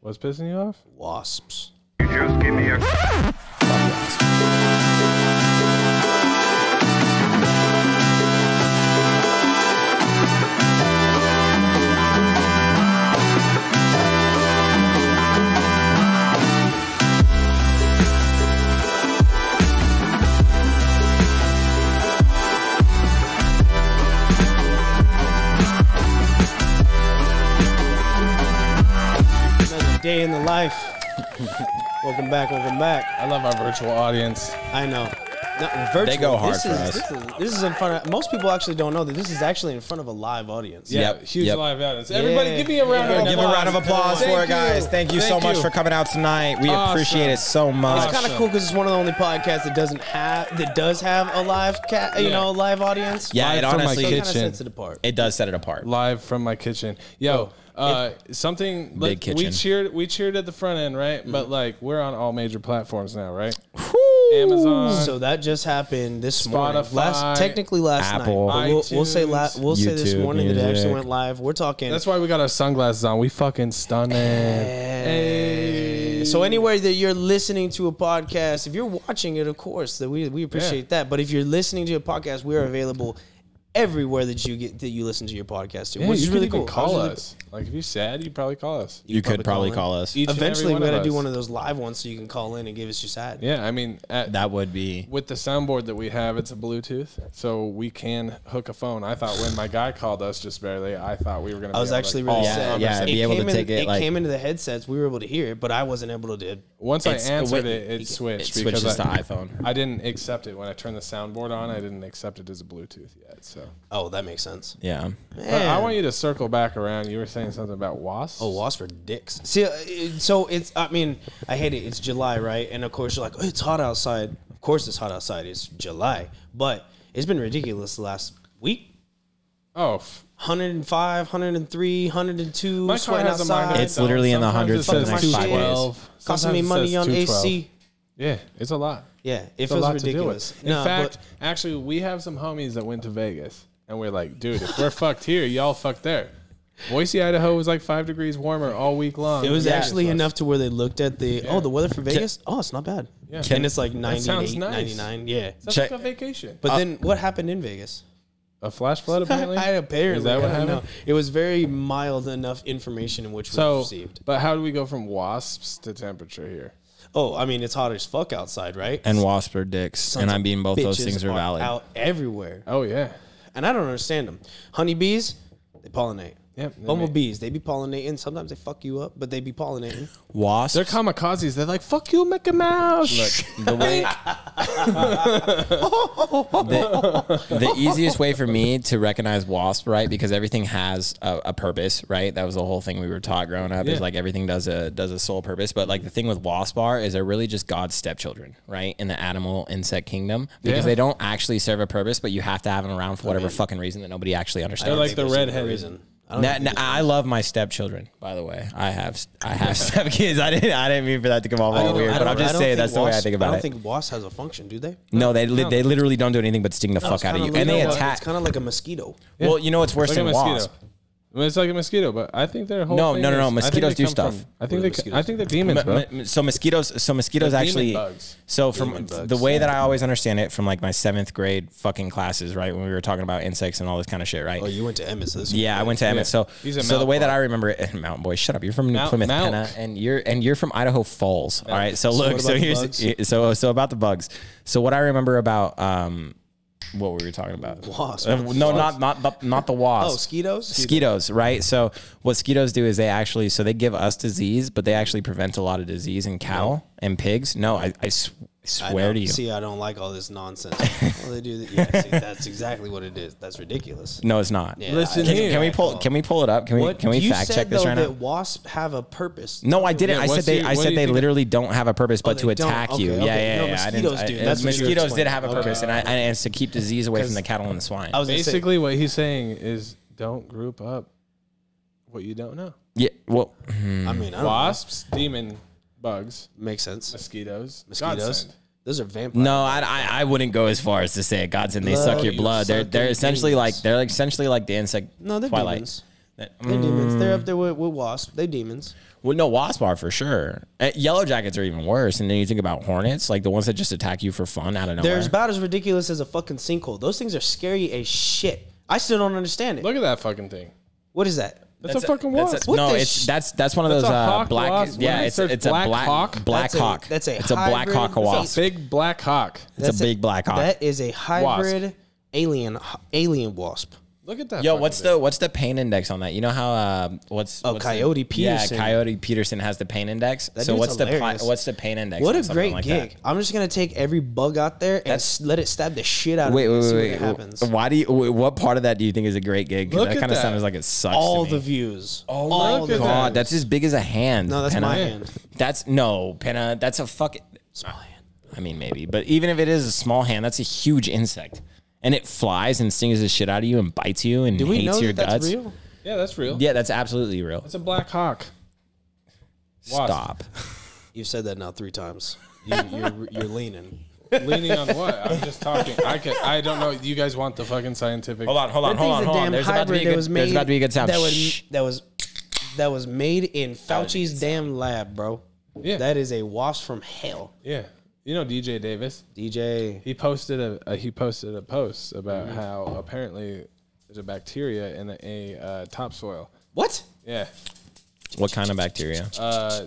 What's pissing you off? Wasps. You just give me a. Another day in the life. welcome back, welcome back. I love our virtual audience. I know. No, virtual, They go hard this for is, us. This is, this is in front of most people actually don't know that this is actually in front of a live audience. Yeah, Yep, huge yep. live audience. Everybody, give me a round of Yeah, applause. Give a round of applause for Thank it, guys. you. Thank you so much for coming out tonight. We Awesome. appreciate it so much. It's kind of Awesome. cool because it's one of the only podcasts that doesn't have that does have a live cat, you Yeah. know, live audience. Yeah, Live it from my honestly- kitchen. kitchen. sets it apart. it does set it apart. Live from my kitchen. Yo, uh, something like we Oh, kitchen. Mm-hmm. cheered. We cheered at the front end, right? But like we're on all major platforms now, right? Amazon. So that just happened this morning. Spotify, Last, technically last Apple, night. But We'll, we'll say la- iTunes, we'll say this YouTube morning that it actually Music. went live. We're talking. That's why we got our sunglasses on. We fucking stunning. Hey. So anywhere that you're listening to a podcast, if you're watching it, of course, that we we appreciate that. But if you're listening to a podcast, we are available everywhere that you get that you listen to your podcast to, Yeah, which you is could really even cool. call I was really- us. Like if you're sad, you probably call us. You, could probably call, us. Each and every Eventually, we one gotta of do us. one of those live ones so you can call in and give us your side. Yeah, I mean, at, That would be. with the soundboard that we have, it's a Bluetooth, so we can hook a phone. I thought when my guy called us just barely, I thought we were gonna. I was actually really yeah, sad. yeah, be able to came take in, it, like- came into the headsets. We were able to hear it, but I wasn't able to. Once It's- I answered wait, it, it switched. it switches because to I, iPhone. I didn't accept it when I turned the soundboard on. I didn't accept it as a Bluetooth yet. So Oh, that makes sense. Yeah. But I want you to circle back around. You were saying something about wasps. Oh, wasps are dicks. See, uh, it- so it's. I mean, I hate it. It's July, right? And of course, you're like, oh, it's hot outside. Of course, it's hot outside. It's July, but it's been ridiculous the last week. Oh, f- 105, 103, 102, my car sweating has a mind of outside. It's literally in the Sometimes it hundreds for the says next five days. 212. costing Sometimes me it money says on 212. AC. Yeah, it's a lot. Yeah, it It's a feels lot ridiculous. to do with. In Nah, fact, but- actually, we have some homies that went to Vegas, and we're like, dude, if we're fucked here, y'all fucked there. Boise, Idaho was like five degrees warmer all week long. It was Yeah. actually enough to where they looked at the oh the weather for Vegas oh it's not bad and it's like 98, sounds nice. Uh, 99 yeah That's Check- like a vacation. but then what happened in Vegas A flash flood, apparently. I apparently Is that what I don't happened? know. it was very mild enough information in which we So, received but how do we go from wasps to temperature here? oh I mean it's hot as fuck outside right And wasp or dicks. and I mean, both those Bitches things are valid. out everywhere Oh yeah, and I don't understand them honeybees they pollinate Yep, they bumblebees they be pollinating sometimes they fuck you up but they be pollinating Wasps. they're kamikazes. They're like, "Fuck you, Mickey Mouse." the way the, the easiest way for me to recognize wasp right because everything has a, a purpose right that was the whole thing we were taught growing up Yeah. is like everything does a does a sole purpose but like the thing with wasp are is they're really just god's stepchildren right in the animal insect kingdom Yeah. because they don't actually serve a purpose but you have to have them around for whatever fucking reason that nobody actually they're understands like the redheaded. reason I I, I love my stepchildren, by the way. I have I have stepkids. I didn't I didn't mean for that to come off all don't- weird, I but don't- I'm I just don't saying that's the way I wasp- think about I it. don't think wasp has a function, do they? No, they li- they literally don't do anything but sting the fuck out of you, and they attack. It's kind of like a mosquito. well, you know what's worse It's like than a wasp? mosquito. I mean, it's like a mosquito, but I think their whole No, thing no, no, no, is- I think mosquitoes they do come stuff. from- I think they, ca- I think they're demons, M- bro. m- so mosquitoes, so mosquitoes They're demon actually. bugs. So from Demon bugs, the way that I always understand it, from like my seventh grade fucking classes, right when we were talking about insects and all this kind of shit, right? Oh, you went to Emmett, so this Yeah, I went to Emmett. So, He's a so the Mount way that boy. I remember it, Mountain Boy, shut up. You're from New Mount- Plymouth, Mount. Penna, and you're and you're from Idaho Falls. All right. So what look, about so the here's bugs? so so about the bugs. So what I remember about um, what were we talking about? Wasp. Uh, no, not not not, not the Oh, wasp. mosquitoes? Mosquitoes, right? So what mosquitoes do is they actually so they give us disease, but they actually prevent a lot of disease in cow and pigs. No, I, I sw- swear to you. See, I don't like all this nonsense. well, they do that. Yeah, see, that's exactly what it is. That's ridiculous. no, it's not. Yeah, Listen can, here. can we pull? Can we pull it up? Can we? Can we you fact said, check this though, right that now? wasps have a purpose. No, I didn't. Yeah, I said what's they. the- I what do said you they think- literally don't have a purpose, but Oh, they to don't. attack Okay, you. okay. Yeah, yeah, No, yeah. I didn't- mosquitoes I- do. That's what you were mosquitoes did explaining. have a Okay. purpose, and I, and it's to keep disease away from the cattle and the swine. I was gonna say- Basically, what he's saying is don't group up what you don't know. yeah. Well, I mm. mean, I don't Wasps, demon bugs, know. Makes sense. mosquitoes, Mosquitoes. godsend. Those are vampires. no, I, I I wouldn't go as far as to say God's and they Blood, suck your you blood. They're suck they're your essentially demons. like they're like essentially like the insect No, they're Twilight. demons. That- mm. They're demons. They're up there with, with wasps. They're demons. Well, no, wasp are for sure. Uh, Yellow jackets are even worse. And then you think about hornets, like the ones that just attack you for fun out of nowhere. They're about as ridiculous as a fucking sinkhole. Those things are scary as shit. I still don't understand it. Look at that fucking thing. What is that? That's, a fucking that's wasp. a- What no, the it's sh- that's that's one of That's those a uh, hawk black. wasp. What Yeah, is it's, it, it's a black black hawk? Black That's a- hawk. that's a it's a black hybrid- hawk that's a wasp. Big black hawk. It's a big black hawk. That is a hybrid alien alien wasp. Look at that. Yo, fucking what's thing. the what's the pain index on that? You know how uh, what's Oh, what's Coyote the, Peterson. Yeah, Coyote Peterson has the pain index. so dude's what's the hilarious. pi- what's the pain index? What on a something great like that? gig! I'm just gonna take every bug out there and s let it stab the shit out Wait, of me. wait, and see what wait, wait. happens. Why do you? wh- What part of that do you think is a great gig? 'Cause Look that at kind of that. sounds like it sucks. All to the me. views. Oh my all the goodness. God, views. Uh, that's as big as a hand. No, that's Penna. my hand. That's no, Penna. That's a fucking. It's my hand. I mean, maybe, but even if it is a small hand, that's a huge insect, and it flies and stings the shit out of you and bites you and Do we hates know your that that's guts. real? Yeah, that's real. Yeah, that's absolutely real. It's a black hawk. Wasp. Stop. You've said that now three times. You, you're, you're leaning. Leaning on what? I'm just talking. I can, I don't know. You guys want the fucking scientific? Hold on, hold on, That hold thing's on, a hold on. damn There's about, to be a hybrid that good, was there's about to be a good sound. That was Shh. that was that was made in Fauci's damn lab, bro. Yeah. That is a wasp from hell. Yeah. You know DJ Davis. DJ. He posted a, a he posted a post about how apparently there's a bacteria in a, uh, topsoil. What? Yeah. What kind of bacteria? Uh,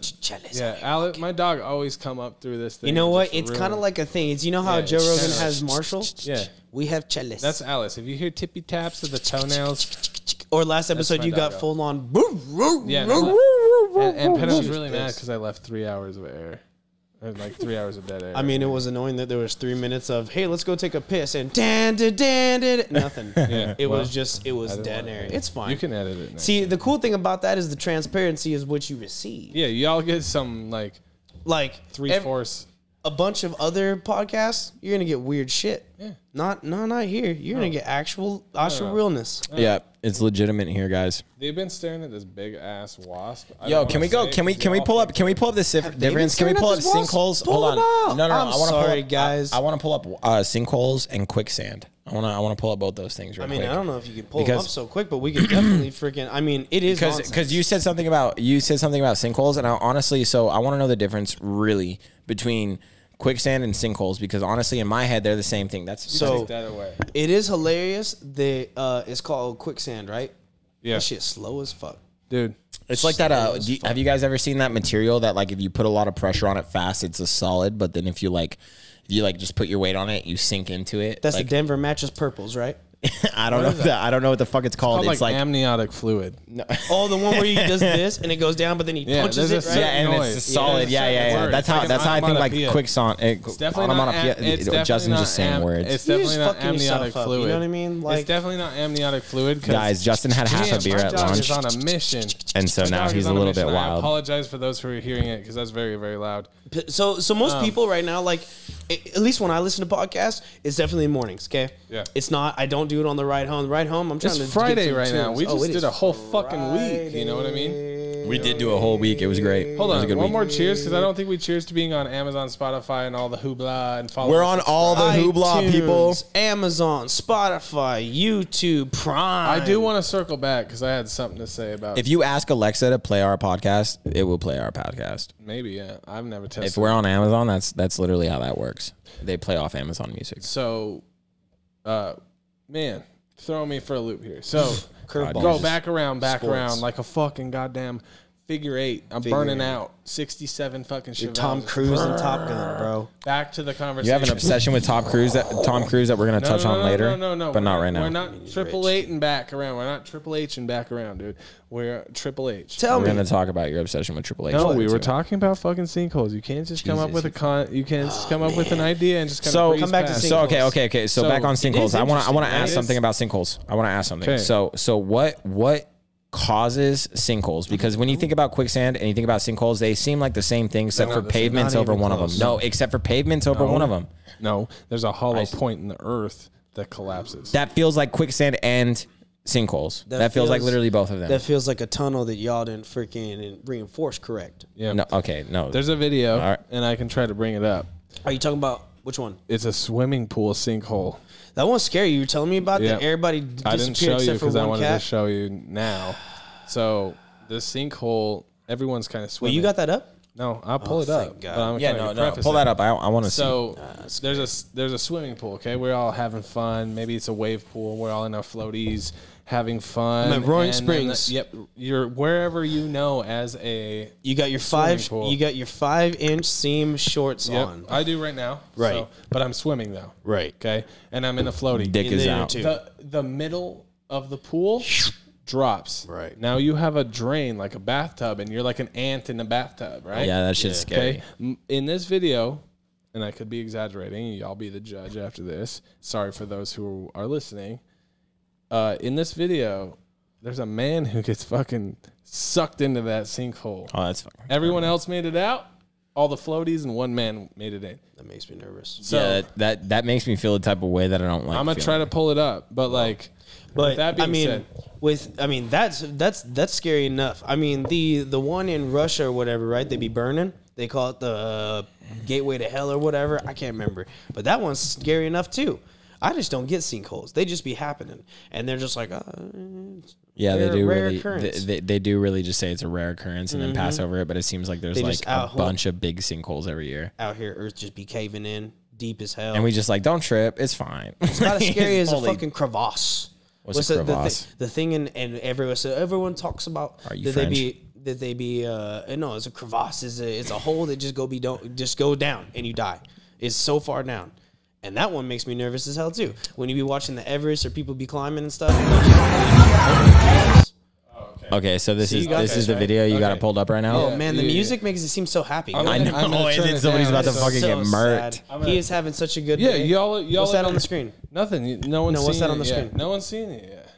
yeah. Alec, my dog always come up through this thing. You know and what? just It's ruin- kind of like a thing. It's you know how Yeah, Joe it's Rogan kinda has Marshall. Yeah. We have Chalice. That's Alice. If you hear tippy taps of the toenails, or last my episode you dog, got yeah. full on. boo, roo, Yeah, roo, no. roo, roo, and, and roo, Penn roo. was really mad because I left three hours of air, Or, like three hours of dead air. I mean, it was annoying that there was three minutes of "Hey, let's go take a piss" and dan dan dan, dan nothing. Yeah, it well, was just it was dead want air. It's fine. you can edit it. Next. See, the cool thing about that is the transparency is what you receive. yeah, y'all get some like Like three ev- fourths. a bunch of other podcasts, you're gonna get weird shit. Yeah. Not no, not here. You're gonna get actual actual realness. Yeah, it's legitimate here, guys. They've been staring at this big ass wasp. I Yo, don't can wanna we go? say Can we because can we y'all pull up? think- Can we pull up the sif- they been difference? Can we staring pull at up this wasp? sinkholes? Pull Hold on. it No, up. no, no. I'm I want to pull sorry, up, guys. I, I want to pull up uh, sinkholes and quicksand. I want to I want to pull up both those things. Real I mean, quick. I don't know if you can pull them Because- up so quick, but we can definitely freaking. I mean, it is because because because you said something about you said something about sinkholes, and I honestly, so I want to know the difference really between quicksand and sinkholes because honestly, in my head, they're the same thing. That's So- Take that away. it is hilarious. The uh, it's called quicksand, right? Yeah, That shit's slow as fuck. dude. It's like that. Uh, It's do you- have you guys ever seen that material that like if you put a lot of pressure on it fast, it's a solid, but then if you like, if you like just put your weight on it, you sink into it. That's like, the Denver mattress purples, right? I don't know. That? I don't know what the fuck it's called. Called, It's, like, like, amniotic fluid. Oh, the one where he does this and it goes down, but then he Yeah, punches there's it. a Right? yeah, certain and noise. it's a Yeah, solid. it's a Yeah, yeah, certain yeah. word. That's It's how. like an That's how I think like onomatopoeia. quicksand. It, It's definitely not. onomatopoeia. am- it's It- definitely Justin's not just saying am- words. It's You're definitely just not fucking yourself amniotic up, you fluid. know what I mean? Like- it's definitely not amniotic fluid. 'cause Guys, Justin had half man, a beer my at dog lunch, is on a mission. and so My now dog he's is a on little mission. bit I wild. apologize for those who are hearing it because that's very, very loud. P- So, so Um, most people right now, like a- at least when I listen to podcasts, it's definitely mornings. Okay, Yeah. it's not. I don't do it on the ride home. The ride home, I'm trying It's to. get Friday some right now. tunes. We Oh, just it did is a whole fucking week. You know what I mean? We did do a whole week. It was great. Hold It was on, a good one week. more cheers because I don't think we cheers to being on Amazon, Spotify, and all the hoopla and follow. We're on all the hoopla iTunes, people. Amazon, Spotify, YouTube, Prime. I do want to circle back because I had something to say about. If you ask Alexa to play our podcast, it will play our podcast. maybe yeah, I've never If tested. we're on Amazon, that's that's literally how that works. They play off Amazon Music. so, uh, man, throw me for a loop here. So Curveballs. go back around, back Sports. around like a fucking goddamn figure eight. I'm burning out sixty-seven fucking shit. Tom Cruise and Top Gun, bro. Back to the conversation. You have an obsession with Tom Cruise that Tom Cruise that we're gonna touch no, on no, later, No, no, no, but We're not right now. We're not triple eight and back around. We're not triple H and back around, dude. We're triple H. Tell We're me, gonna talk about your obsession with Triple H. No, later, we were too. talking about fucking sinkholes. You can't just come up Jesus, Oh, with a con. You can't just come up with an idea and just kind So of Come back to past. So okay, sinkholes. okay, okay. So, So, back on it is sinkholes. I want to I want to interesting, ask right? something about sinkholes. I want to ask something. Okay. So so what what causes sinkholes? Because when you think about quicksand and you think about sinkholes, they seem like the same thing except for not the same. pavements Not over even one of close. them. No, except for pavements over one of them. No, there's a hollow point in the earth that collapses. That feels like quicksand and sinkholes. That, feels, like literally both of them. That feels like a tunnel that y'all didn't freaking reinforce. Correct? yeah. no, okay, no. There's a video, right. and I can try to bring it up. Are you talking about which one? It's a swimming pool sinkhole. That one's scary. You were telling me about Yeah. that. Everybody I disappeared didn't show you except for because I one wanted cat. to show you now. So the sinkhole, everyone's kind of Well, swimming. you got that up? No, I'll pull it thank up. God. but I'm Yeah, trying no, to no. preface Pull it. that up. I, I want to see. So there's a s- there's a swimming pool. Okay, we're all having fun. Maybe it's a wave pool. We're all in our floaties, having fun. I'm at Roaring And then Springs. the- yep, you're wherever you know as a. You got your five. pool. You got your five inch seam shorts Yep, on. I do right now. Right. but I'm swimming though. Right. Okay, and I'm in a floaty. Dick is there out. too. the the middle of the pool drops. Right. now you have a drain like a bathtub, and you're like an ant in a bathtub. Right. Yeah, that shit's scary. Okay. M- In this video, and I could be exaggerating, y'all be the judge after this. Sorry for those who are listening. Uh, in this video, there's a man who gets fucking sucked into that sinkhole. Oh, that's fucking. Everyone else made it out. All the floaties and one man made it in. That makes me nervous. So yeah, that, that that makes me feel the type of way that I don't like. I'm gonna feeling. try to pull it up, but like, But that being I mean, said- with I mean that's that's that's scary enough. I mean the the one in Russia or whatever, right? They be burning. They call it the uh, gateway to hell or whatever. I can't remember, but that one's scary enough too. I just don't get sinkholes. They just be happening, and they're just like, uh, Yeah, they They're do a rare really. They, occurrence. Mm-hmm. they, they do really just say it's a rare occurrence and then pass over it. But it seems like there's They like just a out- bunch of big sinkholes every year, out here, Earth just be caving in deep as hell. and we just like don't trip. It's fine. It's not as scary as a Holy- fucking crevasse. What's a the- the, crevasse? thi- the thing in and everywhere. So everyone talks about Are you that they be that they be uh no, it's a crevasse. It's a it's a hole that just go be don't just go down and you die. It's so far down. And that one makes me nervous as hell too. When you be watching the Everest or people be climbing and stuff. Oh, Okay, so this So you is got this this, is the right? video you got it Okay. pulled up right now. Oh man, the yeah, yeah. music makes it seem so happy. I know. I'm gonna and turn then it somebody's down. about to It's fucking so get murked. sad. He is having such a good yeah, day. y'all, y'all. What's that on the screen? Nothing. You- No one's No, what's seen that on it the yet. screen? No one's seen it yet.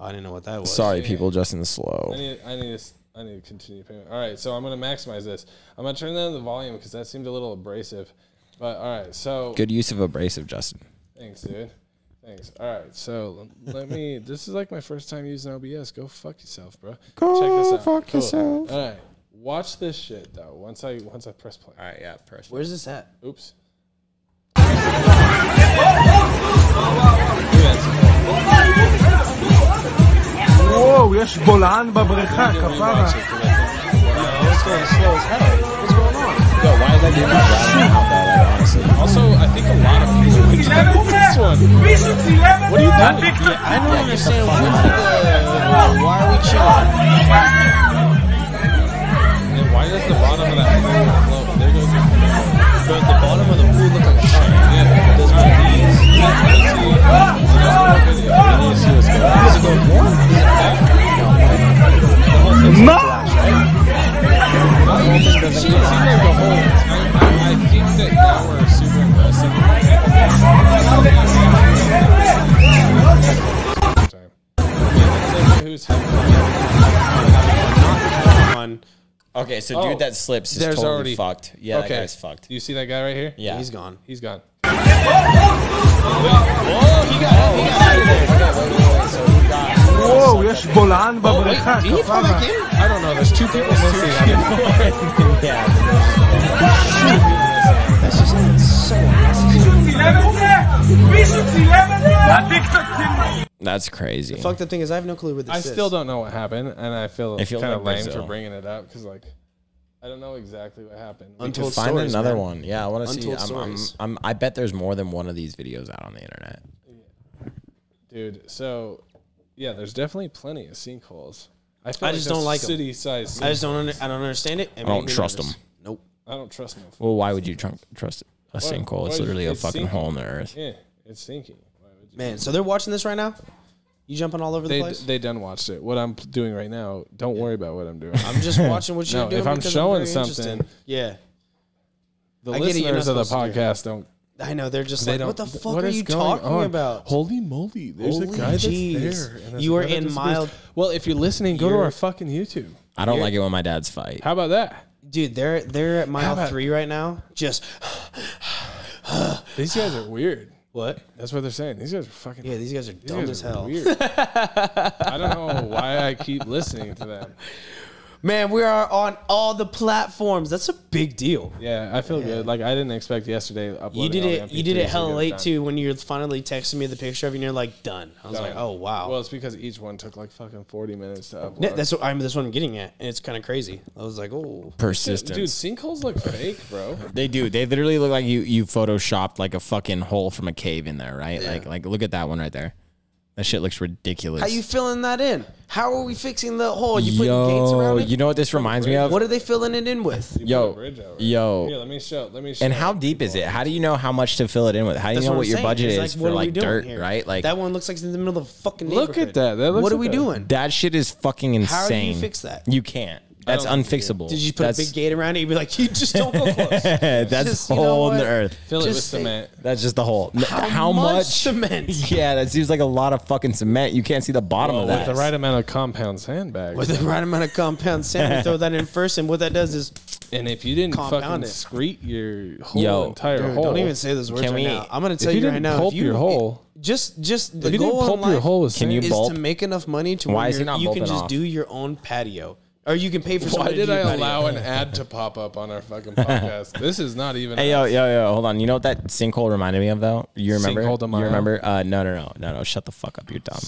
Oh, I didn't know what that was. Sorry, people, just in the slow. I need, I need, to, s- I need to continue payment. All right, so I'm gonna maximize this. I'm gonna turn down the volume because that seemed a little abrasive. But all right, so Good use of abrasive, Justin. thanks, dude. Thanks. All right, so l- let me. This is like my first time using OBS. Go fuck yourself, bro. Go fuck yourself. All right, watch this shit though. Once I once I press play. All right, yeah, press. Where's this at? Oops. וואו, יש בולען בבריכה, כפרה. It's going slow as hell. What's going on? why is that doing that? Honestly, Also, I think a lot of people would צילם את like this one. זה? מישהו צילם את זה? I don't understand why, the, why are we chilling? And why does the bottom of that float? There goes the Bro, the bottom of the pool looks like shit. Yeah, There's one of these. Is it going warm? Is it back? מה? I think that now we're super impressive. Who's On. Okay, so Oh, dude that slips is there's totally already- fucked. Yeah, that guy's fucked. You see that guy right here? Yeah, He's gone. He's gone. וואו, יש בולען בבריכה, כפרה. I don't know. There's two people missing. I yeah. That's just it's so unnecessary. צילם את זה? מישהו צילם את זה? להדליק את הצילום. That's crazy. Fuck the thing is, I have no clue where this I is. still don't know what happened, and I feel, I feel kind of like lame Brazil. for bringing it up because, like, I don't know exactly what happened. Untold Find stories, another man. one. Yeah, I want to see. Untold I'm, I'm, stories. I'm, I bet there's more than one of these videos out on the internet. Dude, so yeah, therere's definitely plenty of sinkholes. I, feel I there's just don't like 'em. city size. I just don't. Under, I don't understand it. I don't trust them. Nope. I don't trust no. Well, why would you tr- trust a sinkhole? It's why- literally a it's fucking sinkhole. hole in the earth. Yeah, it's sinking. Why would you? Man, so they're watching this right now. You jumping all over the They place. they done watched it. What I'm p- doing right now, don't worry about what I'm doing. I'm just watching what you're No, doing. if I'm because showing very something- interested. yeah, the I get it, you're listeners not of the supposed to do podcast don't. I know. They're just They like, don't. what the th- fuck what are is you going talking on? about? Holy moly! There's Holy a guy that's jeez. there. and there's You a are guy that in disappears. mild- Well, if you're listening, go to You're- our fucking YouTube. I don't like it when my dad's fight. How about that? Dude, they're they're at mile about- three right now. Just These guys are weird. what? That's what they're saying. These guys are fucking. Yeah, these guys are dumb Dude, as hell. weird. I don't know why I keep listening to them. Man, we are on all the platforms. That's a big deal. Yeah, I feel good. Like I didn't expect yesterday. Uploading You did all it. the You did MP3s it to hella get late done. too. When you're finally texting me the picture of you, and you're like, "Done." I was Done. like, "Oh wow." Well, it's because each one took like fucking forty minutes to upload. Yeah, that's what I'm. That's what I'm getting at, and it's kind of crazy. I was like, "Oh, Persistence. dude. Sinkholes look fake, bro. They do. They literally look like you you photoshopped like a fucking hole from a cave in there, right? Like like look at that one right there. That shit looks ridiculous. how you filling that in? How are we fixing the hole? You putting gates yo, around it? you know what this reminds me of? what are they filling it in with? You put a yo, bridge over it. Here, yo. let me show. Let me show. And how deep is it? How do you know how much to fill it in with? How do you That's know I'm what, your saying. budget It's is for what are we like doing dirt, here? right? Like that one looks like it's in the middle of a fucking. Look at neighborhood. that. That looks what are like we a- doing? that shit is fucking insane. How do you fix that? You can't. That's unfixable. Did you put that's, a big gate around it? You'd be like, "You just don't go close." that's Just, you know hole in the what? earth. Fill it with Just say- cement. That's just the hole. N- How, cement? Yeah, that seems like a lot of fucking cement. You can't see the bottom Oh, of with that. the right amount of compound sandbags. With the right amount of compound sand, we throw that in first, and what that does is, and if you didn't Compound fucking it. screet your whole Yo, entire Dude, hole, don't even say those words Can right we- now. I'm gonna tell you you, right didn't now. pulp if you your hole- just just the if you didn't goal in pulp your life hole with Can you sand- is bulb? to make enough money to Why where is he you're- not you can bulbing just off? do your own patio, or you can pay for. Why somebody did to do I your patio. allow an ad to pop up on our fucking podcast? this is not even. Hey yo us. yo yo, hold on. You know what that sinkhole reminded me of though? You remember? Sinkhole de Mayo? You remember? Uh, no no no no no. Shut the fuck up. You're dumb. Um,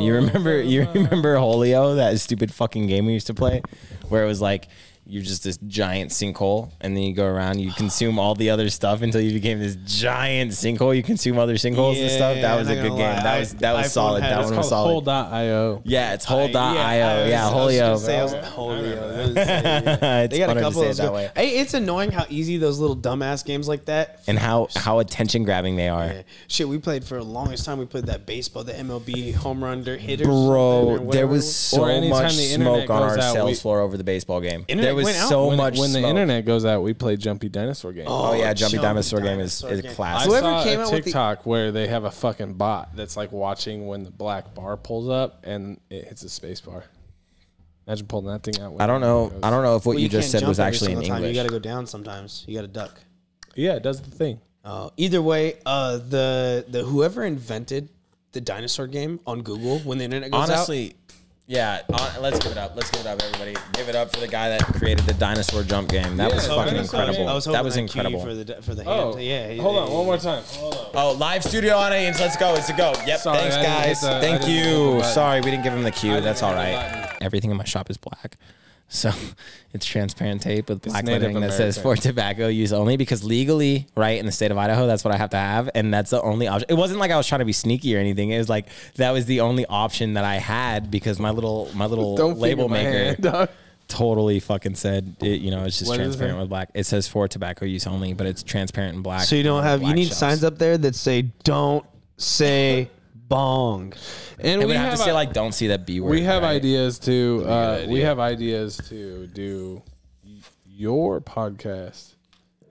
Sinkhole you remember? de You Mayo. remember Holio? That stupid fucking game we used to play, where it was like you're just this giant sinkhole, and then you go around, you consume all the other stuff until you became this giant sinkhole. You consume other sinkholes and stuff. Yeah, That was a not good gonna game. lie. That was that I- was iPhone solid. had- That it's one was called solid. hole.io. Yeah, it's hole.io. I was- Yeah, I was gonna Holio. say I was- Holio. I was gonna say, yeah. It's They got funner a to couple say of it those that good- way. Hey, it's annoying how easy those little dumbass games like that. And how how attention grabbing they are. Shit, we played for the longest time. We played that baseball, the MLB home run dirt hitter. Bro, something or there whatever it was Or so anytime much the internet smoke on our goes out, sales we- floor over the baseball game. Internet there was went out. so When, much when the smoke. internet goes out, we play Jumpy Dinosaur game. Oh, yeah, Jumpy Jumpy Dinosaur, game is, Dinosaur is game. I classic. Whoever saw came a out with the- TikTok where they have a fucking bot that's like watching when the black bar pulls up and it hits a space bar. Imagine pulling that thing out. when I don't know. it goes. I don't know if what Well, you, just can't said jump was every actually in single time. English. You got to go down sometimes. You got to duck. Yeah, it does the thing. Uh, either way, uh, the the whoever invented the dinosaur game on Google when the internet goes out. Honestly, yeah. hon- let's give it up. Let's give it up, everybody. Give it up for the guy that created the dinosaur jump game. That was Yeah, dinosaur fucking game. incredible. I was hoping that was I'd cue you incredible. for the for the Oh, hand. Yeah. Hold on, one more time. Hold on. Oh, live studio audience, let's go. It's a go. Yep. Sorry, thanks, I didn't hit guys. the- I didn't Thank hit the you. button. Sorry, we didn't give him the cue. didn't That's hit all the right. button. Everything in my shop is black. So it's transparent tape with black Native lettering that says for American. tobacco use only because legally, right, in the state of Idaho, that's what I have to have. And that's the only option. It wasn't like I was trying to be sneaky or anything. It was like that was the only option that I had because my little my little Don't label finger my maker hand, dog. totally fucking said it, you know, it's just What does it transparent say? with black. It says for tobacco use only, but it's transparent and black. So you don't on have you black need shelves. signs up there that say don't say bong. And It we would have have to say a- like don't see that B word. we have right? ideas to uh, we have ideas to do y- your podcast.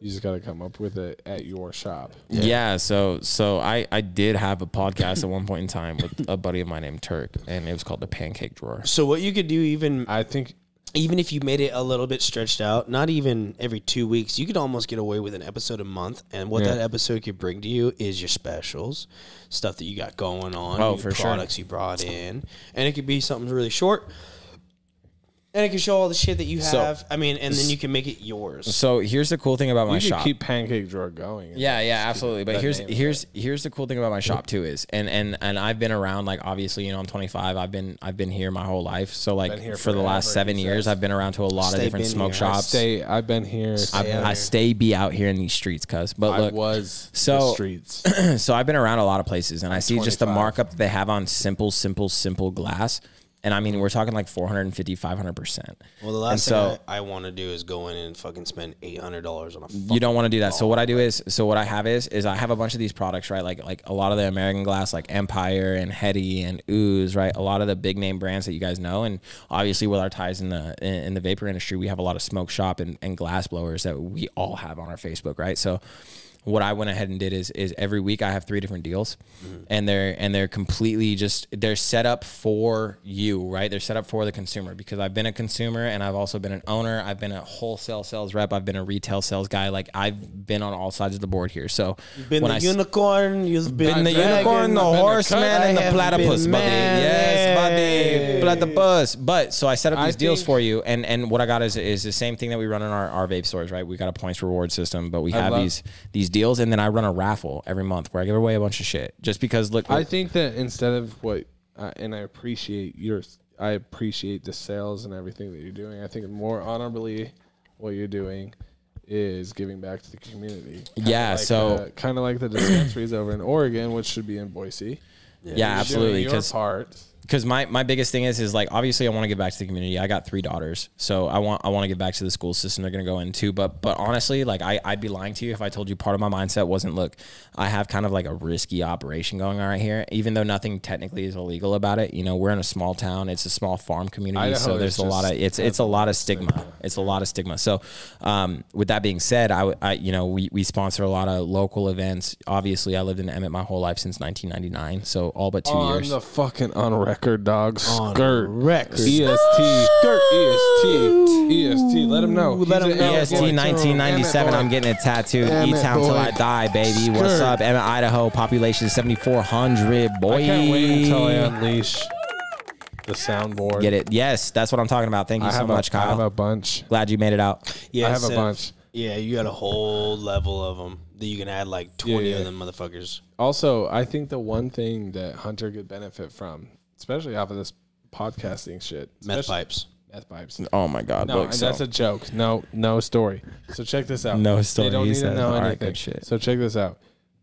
You just got to come up with it at your shop. Yeah. so so I I did have a podcast at one point in time with a buddy of mine named Turk, and it was called the Pancake Drawer. So what you could do even I think even if you made it a little bit stretched out, not even every two weeks, you could almost get away with an episode a month. And what that episode could bring to you is your specials, stuff that you got going on, Oh, new for sure. products you brought in, and it could be something really short. And it can show all the shit that you So- have. I mean, and then you can make it yours. So here's the cool thing about my you should shop. keep pancake drawer going. Yeah, yeah, absolutely. But here's here's here's the cool thing about my shop too is, and and and I've been around like obviously you know I'm 25. I've been I've been here my whole life. So like Been here for the forever, last seven he years, says. I've been around to a lot Stay of different been smoke here. I shops. Stay. I've been here. I, I, I stay be out here in these streets, cuz. But look, was so- the streets. so I've been around a lot of places and I see just the 25. markup that they have on simple, simple, simple glass. And I mean, we're talking like 450, Well, 500%. the and last so thing I, I want to do is go in and fucking spend eight hundred dollars on a. Fucking you don't want to do that. So what I do Oh, is, so what I have is, is I have a bunch of these products, right? Like, like a lot of the American glass, like Empire and Hetty and Ooze, right? A lot of the big name brands that you guys know. And obviously with our ties in the, in, in the vapor industry, we have a lot of smoke shop and, and glass blowers that we all have on our Facebook, right? So what I went ahead and did is is every Mm-hmm. week I have three different deals, and they're and they're completely just they're set up for you you, right? They're set up for the consumer because I've been a consumer and I've also been an owner. I've been a wholesale sales rep. I've been a retail sales guy. Like I've been on all sides of the board here. So Been when the I s- unicorn. You've been, been the dragon, unicorn, the I've been a horseman, cut. and I the have platypus, been buddy. man. Yes, buddy, platypus. But so I set up I these deals think- for you, and and what I got is is the same thing that we run in our, our vape stores, right? We got a points reward system, but we I have love- these these deals, and then I run a raffle every month where I give away a bunch of shit just because. Look, I think that instead of what, uh, and I appreciate your, I appreciate the sales and everything that you're doing. I think more honorably, what you're doing is giving back to the community. Yeah, so- kind of like the dispensaries over in Oregon, which should be in Boise. yeah, absolutely, Doing your because part. because my, my biggest thing is is like obviously I want to give back to the community. I got three daughters, so I want I want to give back to the school system. They're gonna go in too, but but honestly, like I I'd be lying to you if I told you part of my mindset wasn't look, I have kind of like a risky operation going on right here, even though nothing technically is illegal about it. You know, we're in a small town, it's a small farm community, Idaho so is there's a lot of just- it's it's a lot of stigma. It's a lot of stigma. So, um, with that being said, I, w- I- you know we we sponsor a lot of local events. Obviously, I lived in Emmett my whole life since 1999, so all but two on years. the fucking on record dog On skirt record. EST skirt E EST EST E let him know Let He's E him a- know. EST boy. 1997. Damn it, boy. I'm getting it tattooed. Damn E it, Town till boy. I die, baby. What's Skirt. up, Emmett, Idaho? Population 7,400. Boy, I can't wait until I unleash the soundboard get it. Yes, that's what I'm talking about. Thank you I so have much, a, I have Kyle. a bunch Glad you made it out. Yeah, I have a so- bunch. Yeah, you got a whole level of them that you can add like twenty yeah. of them motherfuckers. also I think the one thing that Hunter could benefit from especially off of this podcasting shit Meth especially- pipes. meth pipes Oh my God, No, and that's a joke. No, no story. So check this out. No story, They don't he need to said. know All right, anything. good shit. So check this out.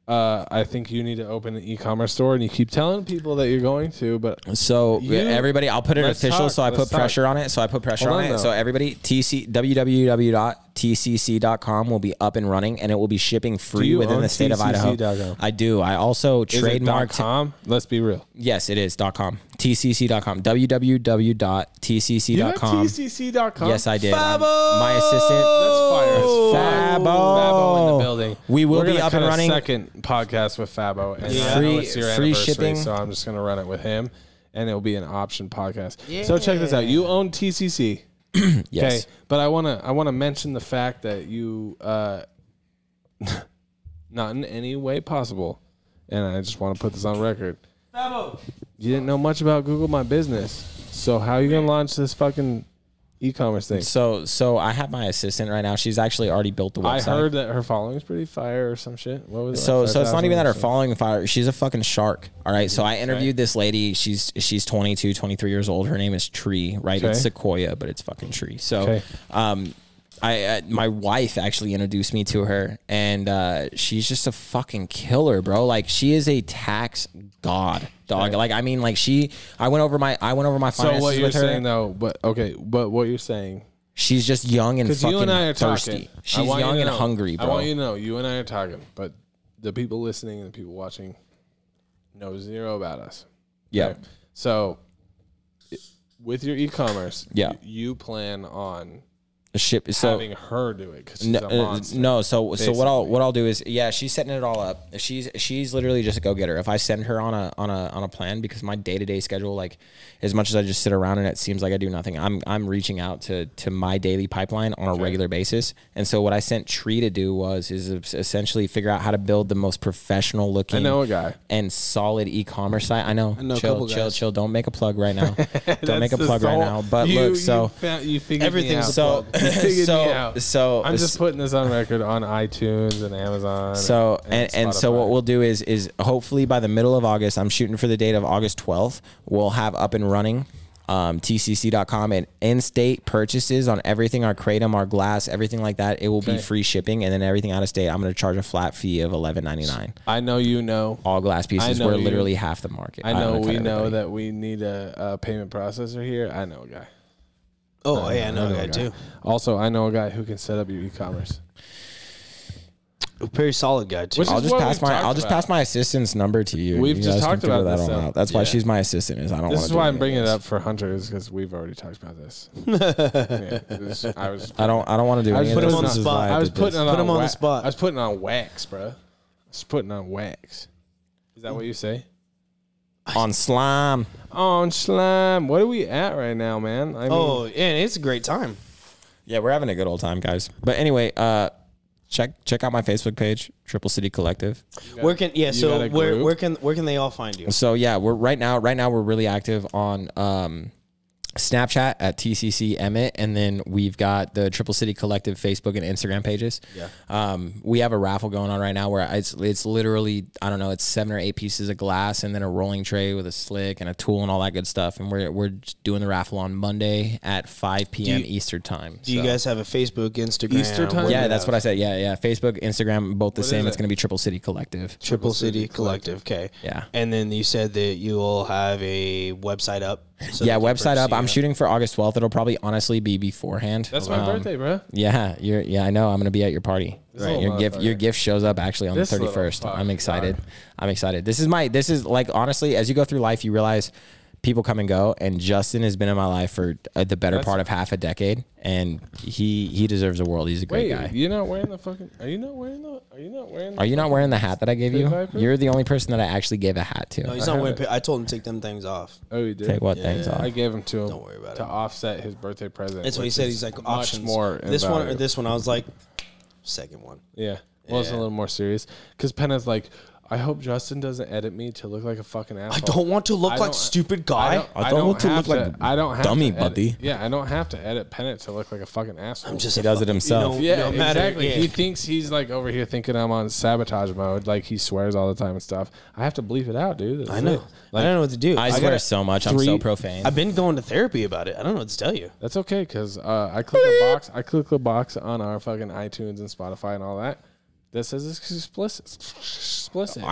Uh, I think you need to open an e-commerce store, and you keep telling people that you're going to, but So You- everybody, I'll put it Let's official. talk, so I let's put talk. pressure on it. So I put pressure Hold on, on, it. though. So everybody, tc www.tcc.com will be up and running, and it will be shipping free you within own the state of Idaho. TCC.com? I do. I also is it dot trademarked. com? Let's be real. Yes, it is dot .com. TCC.com. www.tcc.com. TCC.com. Yes, I did. I'm- my assistant. That's fire. Fabo. Fabo in the building. We will We're be gonna up and cut a running. Second podcast with Fabo. And Yeah. I know Free- it's your free anniversary, shipping. So I'm just gonna run it with him, and it'll be an option podcast. So check this out. You own TCC. Okay, Yes. but I wanna I wanna mention the fact that you, uh, not in any way possible, and I just want to put this on record. You didn't know much about Google My Business, so how you gonna launch this fucking e-commerce thing? So so I have my assistant right now. She's actually already built the I website. heard that her following's pretty fire or some shit. What was it? so like so it's not 5,000 even that or her something? following fire she's a fucking shark all right so i interviewed this lady she's she's 22 23 years old her name is tree right Okay. it's sequoia but it's fucking tree so Okay. um I, uh, my wife actually introduced me to her, and uh, she's just a fucking killer, bro. Like she is a tax god, dog. Like I mean, like she. I went over my I went over my So finances what you're with her. saying though, but okay, but what you're saying she's just young and because fucking you and I are thirsty. talking. I She's want you young to and know- hungry, bro. I want you to know you and I are talking, but the people listening and the people watching know zero about us. yeah. Okay? So i- with your e-commerce, Yeah. y- you, plan on Ship. So having her do it because she's no, a uh, monster. no, so so what I'll basically. what I'll do is yeah, she's setting it all up. She's she's literally just a go getter. If I send her on a on a on a plan because my day to day schedule, like as much as I just sit around and it seems like I do nothing, I'm I'm reaching out to to my daily pipeline on a regular basis. And so what I sent Tree to do was is essentially figure out how to build the most professional looking I know a guy. and solid e commerce site. I know, I know a chill, couple chill, guys. chill. Don't make a plug right now. Don't make a That's the plug right soul- now. But You- look, you so found- you figured me Everything's out. a so You figured me so out. so I'm just putting this on record on iTunes and Amazon. So and, and so what Spotify. we'll do is is hopefully by the middle of August, I'm shooting for the date of August 12th. We'll have up and running um, tcc.com and in-state purchases on everything our kratom, our glass, everything like that. It will be Okay. free shipping, and then everything out of state, I'm going to charge a flat fee of 11.99. I know you know. All glass pieces. know We're you- literally half the market. I know undercut we know everybody. that we need a, a payment processor here. I know a guy. Oh yeah, I know a guy too. Also, I know a guy who can set up your e-commerce. A very solid guy too. Which is I'll just what pass we've my talked I'll just about. pass my assistant's number to you. We've You just guys can talked figure about that this all stuff. out. That's why Yeah. she's my assistant. Is I don't. This wanna is do why any I'm of bringing it this. up for Hunter is because we've already talked about this. Yeah, this- I was I don't. I don't want to do. I was any of putting this. him on This the is why spot. I was did this. putting it Put on him on the wa- spot. I was putting it on wax, bro. I was putting it on wax. Is that what you say? on slime. On slime. What are we at right now, man? I mean, Oh, and it's a great time. Yeah, we're having a good old time, guys. But anyway, uh, check check out my Facebook page, Triple City Collective. Where can yeah? got So a where group? where can where can they all find you? So yeah, we're right now. Right now, we're really active on um, Snapchat at TCC Emmett, and then we've got the Triple City Collective Facebook and Instagram pages. Yeah. Um, we have a raffle going on right now where it's it's literally I don't know, it's seven or eight pieces of glass, and then a rolling tray with a slick and a tool and all that good stuff. And we're we're just doing the raffle on Monday at five p.m. you- Eastern time. Do you So- guys have a Facebook, Instagram? Easter time? do Yeah, you that's have? what I said. Yeah, yeah. Facebook, Instagram, both the same. is It's it? going to be Triple City Collective. Triple City Collective. Okay. Yeah. And then you said that you all have a website up. so yeah, they can website up. pursue I'm you. shooting for August 12th. It'll probably honestly be beforehand. that's my Um, birthday, bro. Yeah, you're. Yeah, I know. I'm gonna be at your party. Right. little Your gift. Your motherfucker. gift shows up actually on This the little 31st. I'm fucking excited. guy. I'm excited. This is my. This is like honestly, as you go through life, you realize people come and go. And Justin has been in my life for uh, the better part of half a decade, and he he deserves a world. He's a great Wait, guy. you're not wearing the fucking? Are you not wearing the? Are you not wearing? The, Are you not wearing the hat that I gave you? Viper? You're the only person that I actually gave a hat to. No, he's not wearing. pi- I told him to take them things off. oh, you did. Take what things off. I gave them to him. Don't worry about to it. offset his birthday present. That's what he which said. is He's like much options. more. in this one or value. this one. I was like, second one. Yeah. Well, it's a Yeah. little more serious because Penna's like, I hope Justin doesn't edit me to look like a fucking I asshole. don't want to look I like don't- stupid I guy. don't, I I don't don't want to have look like I don't have dummy, to edit- buddy. Yeah, I don't have to edit Pennant to look like a fucking asshole. I'm just He a does it fucking- himself. You know, yeah, no matter, exactly. yeah. He thinks he's like over here thinking I'm on sabotage mode. Like he swears all the time and stuff. I have to bleep it out, dude. That's I know. it. Like, I don't know what to do. I I swear gotta- so much. i I'm three- so profane. I've been going to therapy about it. I don't know what to tell Oh you. That's okay because uh, I click a box. I click a box on our fucking iTunes and Spotify and all that. That says it's explicit. Explicit.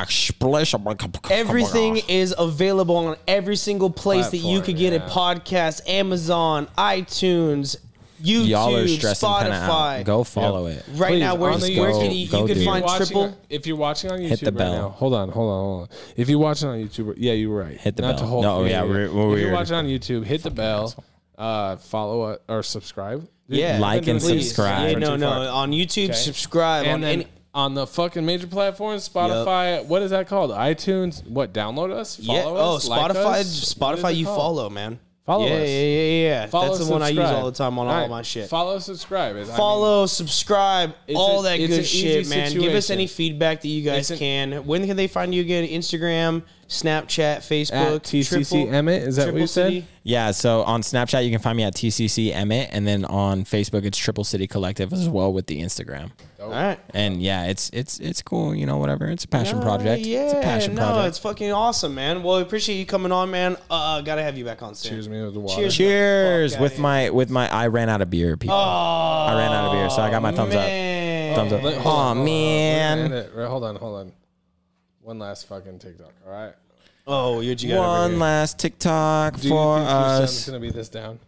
Everything is available on every single place that you Platform, could get a yeah. podcast, Amazon, iTunes, YouTube, Y'all are stressing kind of Spotify. out. Go follow it. right Please, now. Where, on the where YouTube- can you, go you do can it. find watching- triple? If you're watching on YouTube the right bell. now, hold on, hold on, hold on. If you're watching on YouTube, yeah, you were right. Hit the Not bell. To hold No, yeah, we're- we're if weird. you're watching on YouTube, hit the bell. Uh, follow uh, or subscribe. Dude, Yeah, Like I've been and doing this subscribe. Yeah, for no, too no. far. On YouTube, Okay. subscribe. on And then any, on the fucking major platforms, Spotify. What is that called? iTunes. What? Download us. Follow yeah. Oh, us. like Spotify. us? What is Spotify. it You called? follow, man. Follow yeah, us. Yeah, yeah, yeah, yeah. Follow, That's the one I use subscribe. all the time on all Alright, my shit. Follow, subscribe. is- I mean, follow, subscribe, It's all a- that it's an good easy shit, man. Give us situation. any feedback that you It's guys an- can. When can they find you again? Instagram, Snapchat, Facebook, at TCC Triple- Emmett. Is that what you Triple said? City? Yeah, so on Snapchat you can find me at TCC Emmett, and then on Facebook it's Triple City Collective as well with the Instagram. All right. And yeah, it's it's it's cool, you know, whatever. It's a passion project. Oh, Yeah, it's a passion no, project. it's fucking awesome, man. Well, I appreciate you coming on, man. Uh, gotta have you back on soon. Cheers me with the water. Cheers. Cheers Fuck outta with here. my with my I ran out of beer, people. I ran out of beer, so I got my thumbs man. up. Thumbs up. Let- hold Oh on, hold on, man. we're gonna end it. Right, Hold on, hold on. One last fucking TikTok. All right. Oh, you you got over One here. last TikTok for It's us. gonna be this down.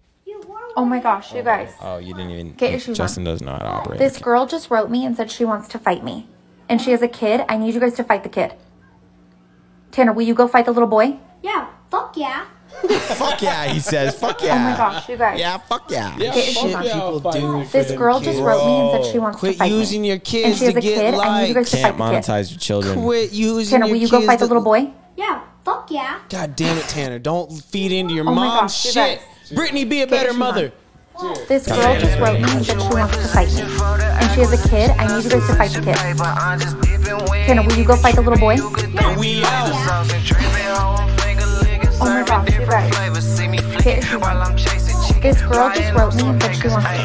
Oh my gosh, you guys. Oh, you didn't even. Get your shoes on. Justin does not operate. This girl just wrote me and said she wants to fight me. And she has a kid. I need you guys to fight the kid. Tanner, will you go fight the little boy? Yeah, fuck yeah. fuck yeah, he says. Fuck yeah. Oh my gosh, you guys. Yeah, fuck yeah. Get your Ah, fuck shoes on. yeah, people fuck do yeah. for This them girl just kids. wrote me and said she wants Quit to fight using me. your kids she has to a get kid. I need you guys likes. to Can't fight the kid. monetize your children. Quit using Tanner, your will you go kids fight the to- little boy? Yeah, fuck yeah. God damn it, Tanner. Don't feed into your Oh my mom's gosh, you shit. guys. Brittany, be a better your mother. This girl just wrote me and said she wants to fight me. And she has a kid. I need you guys to fight the kid. Tanner, will you go fight the little boy? We out. Oh my gosh, you guys. Get your shoes on. This girl just wrote me and said she wants to fight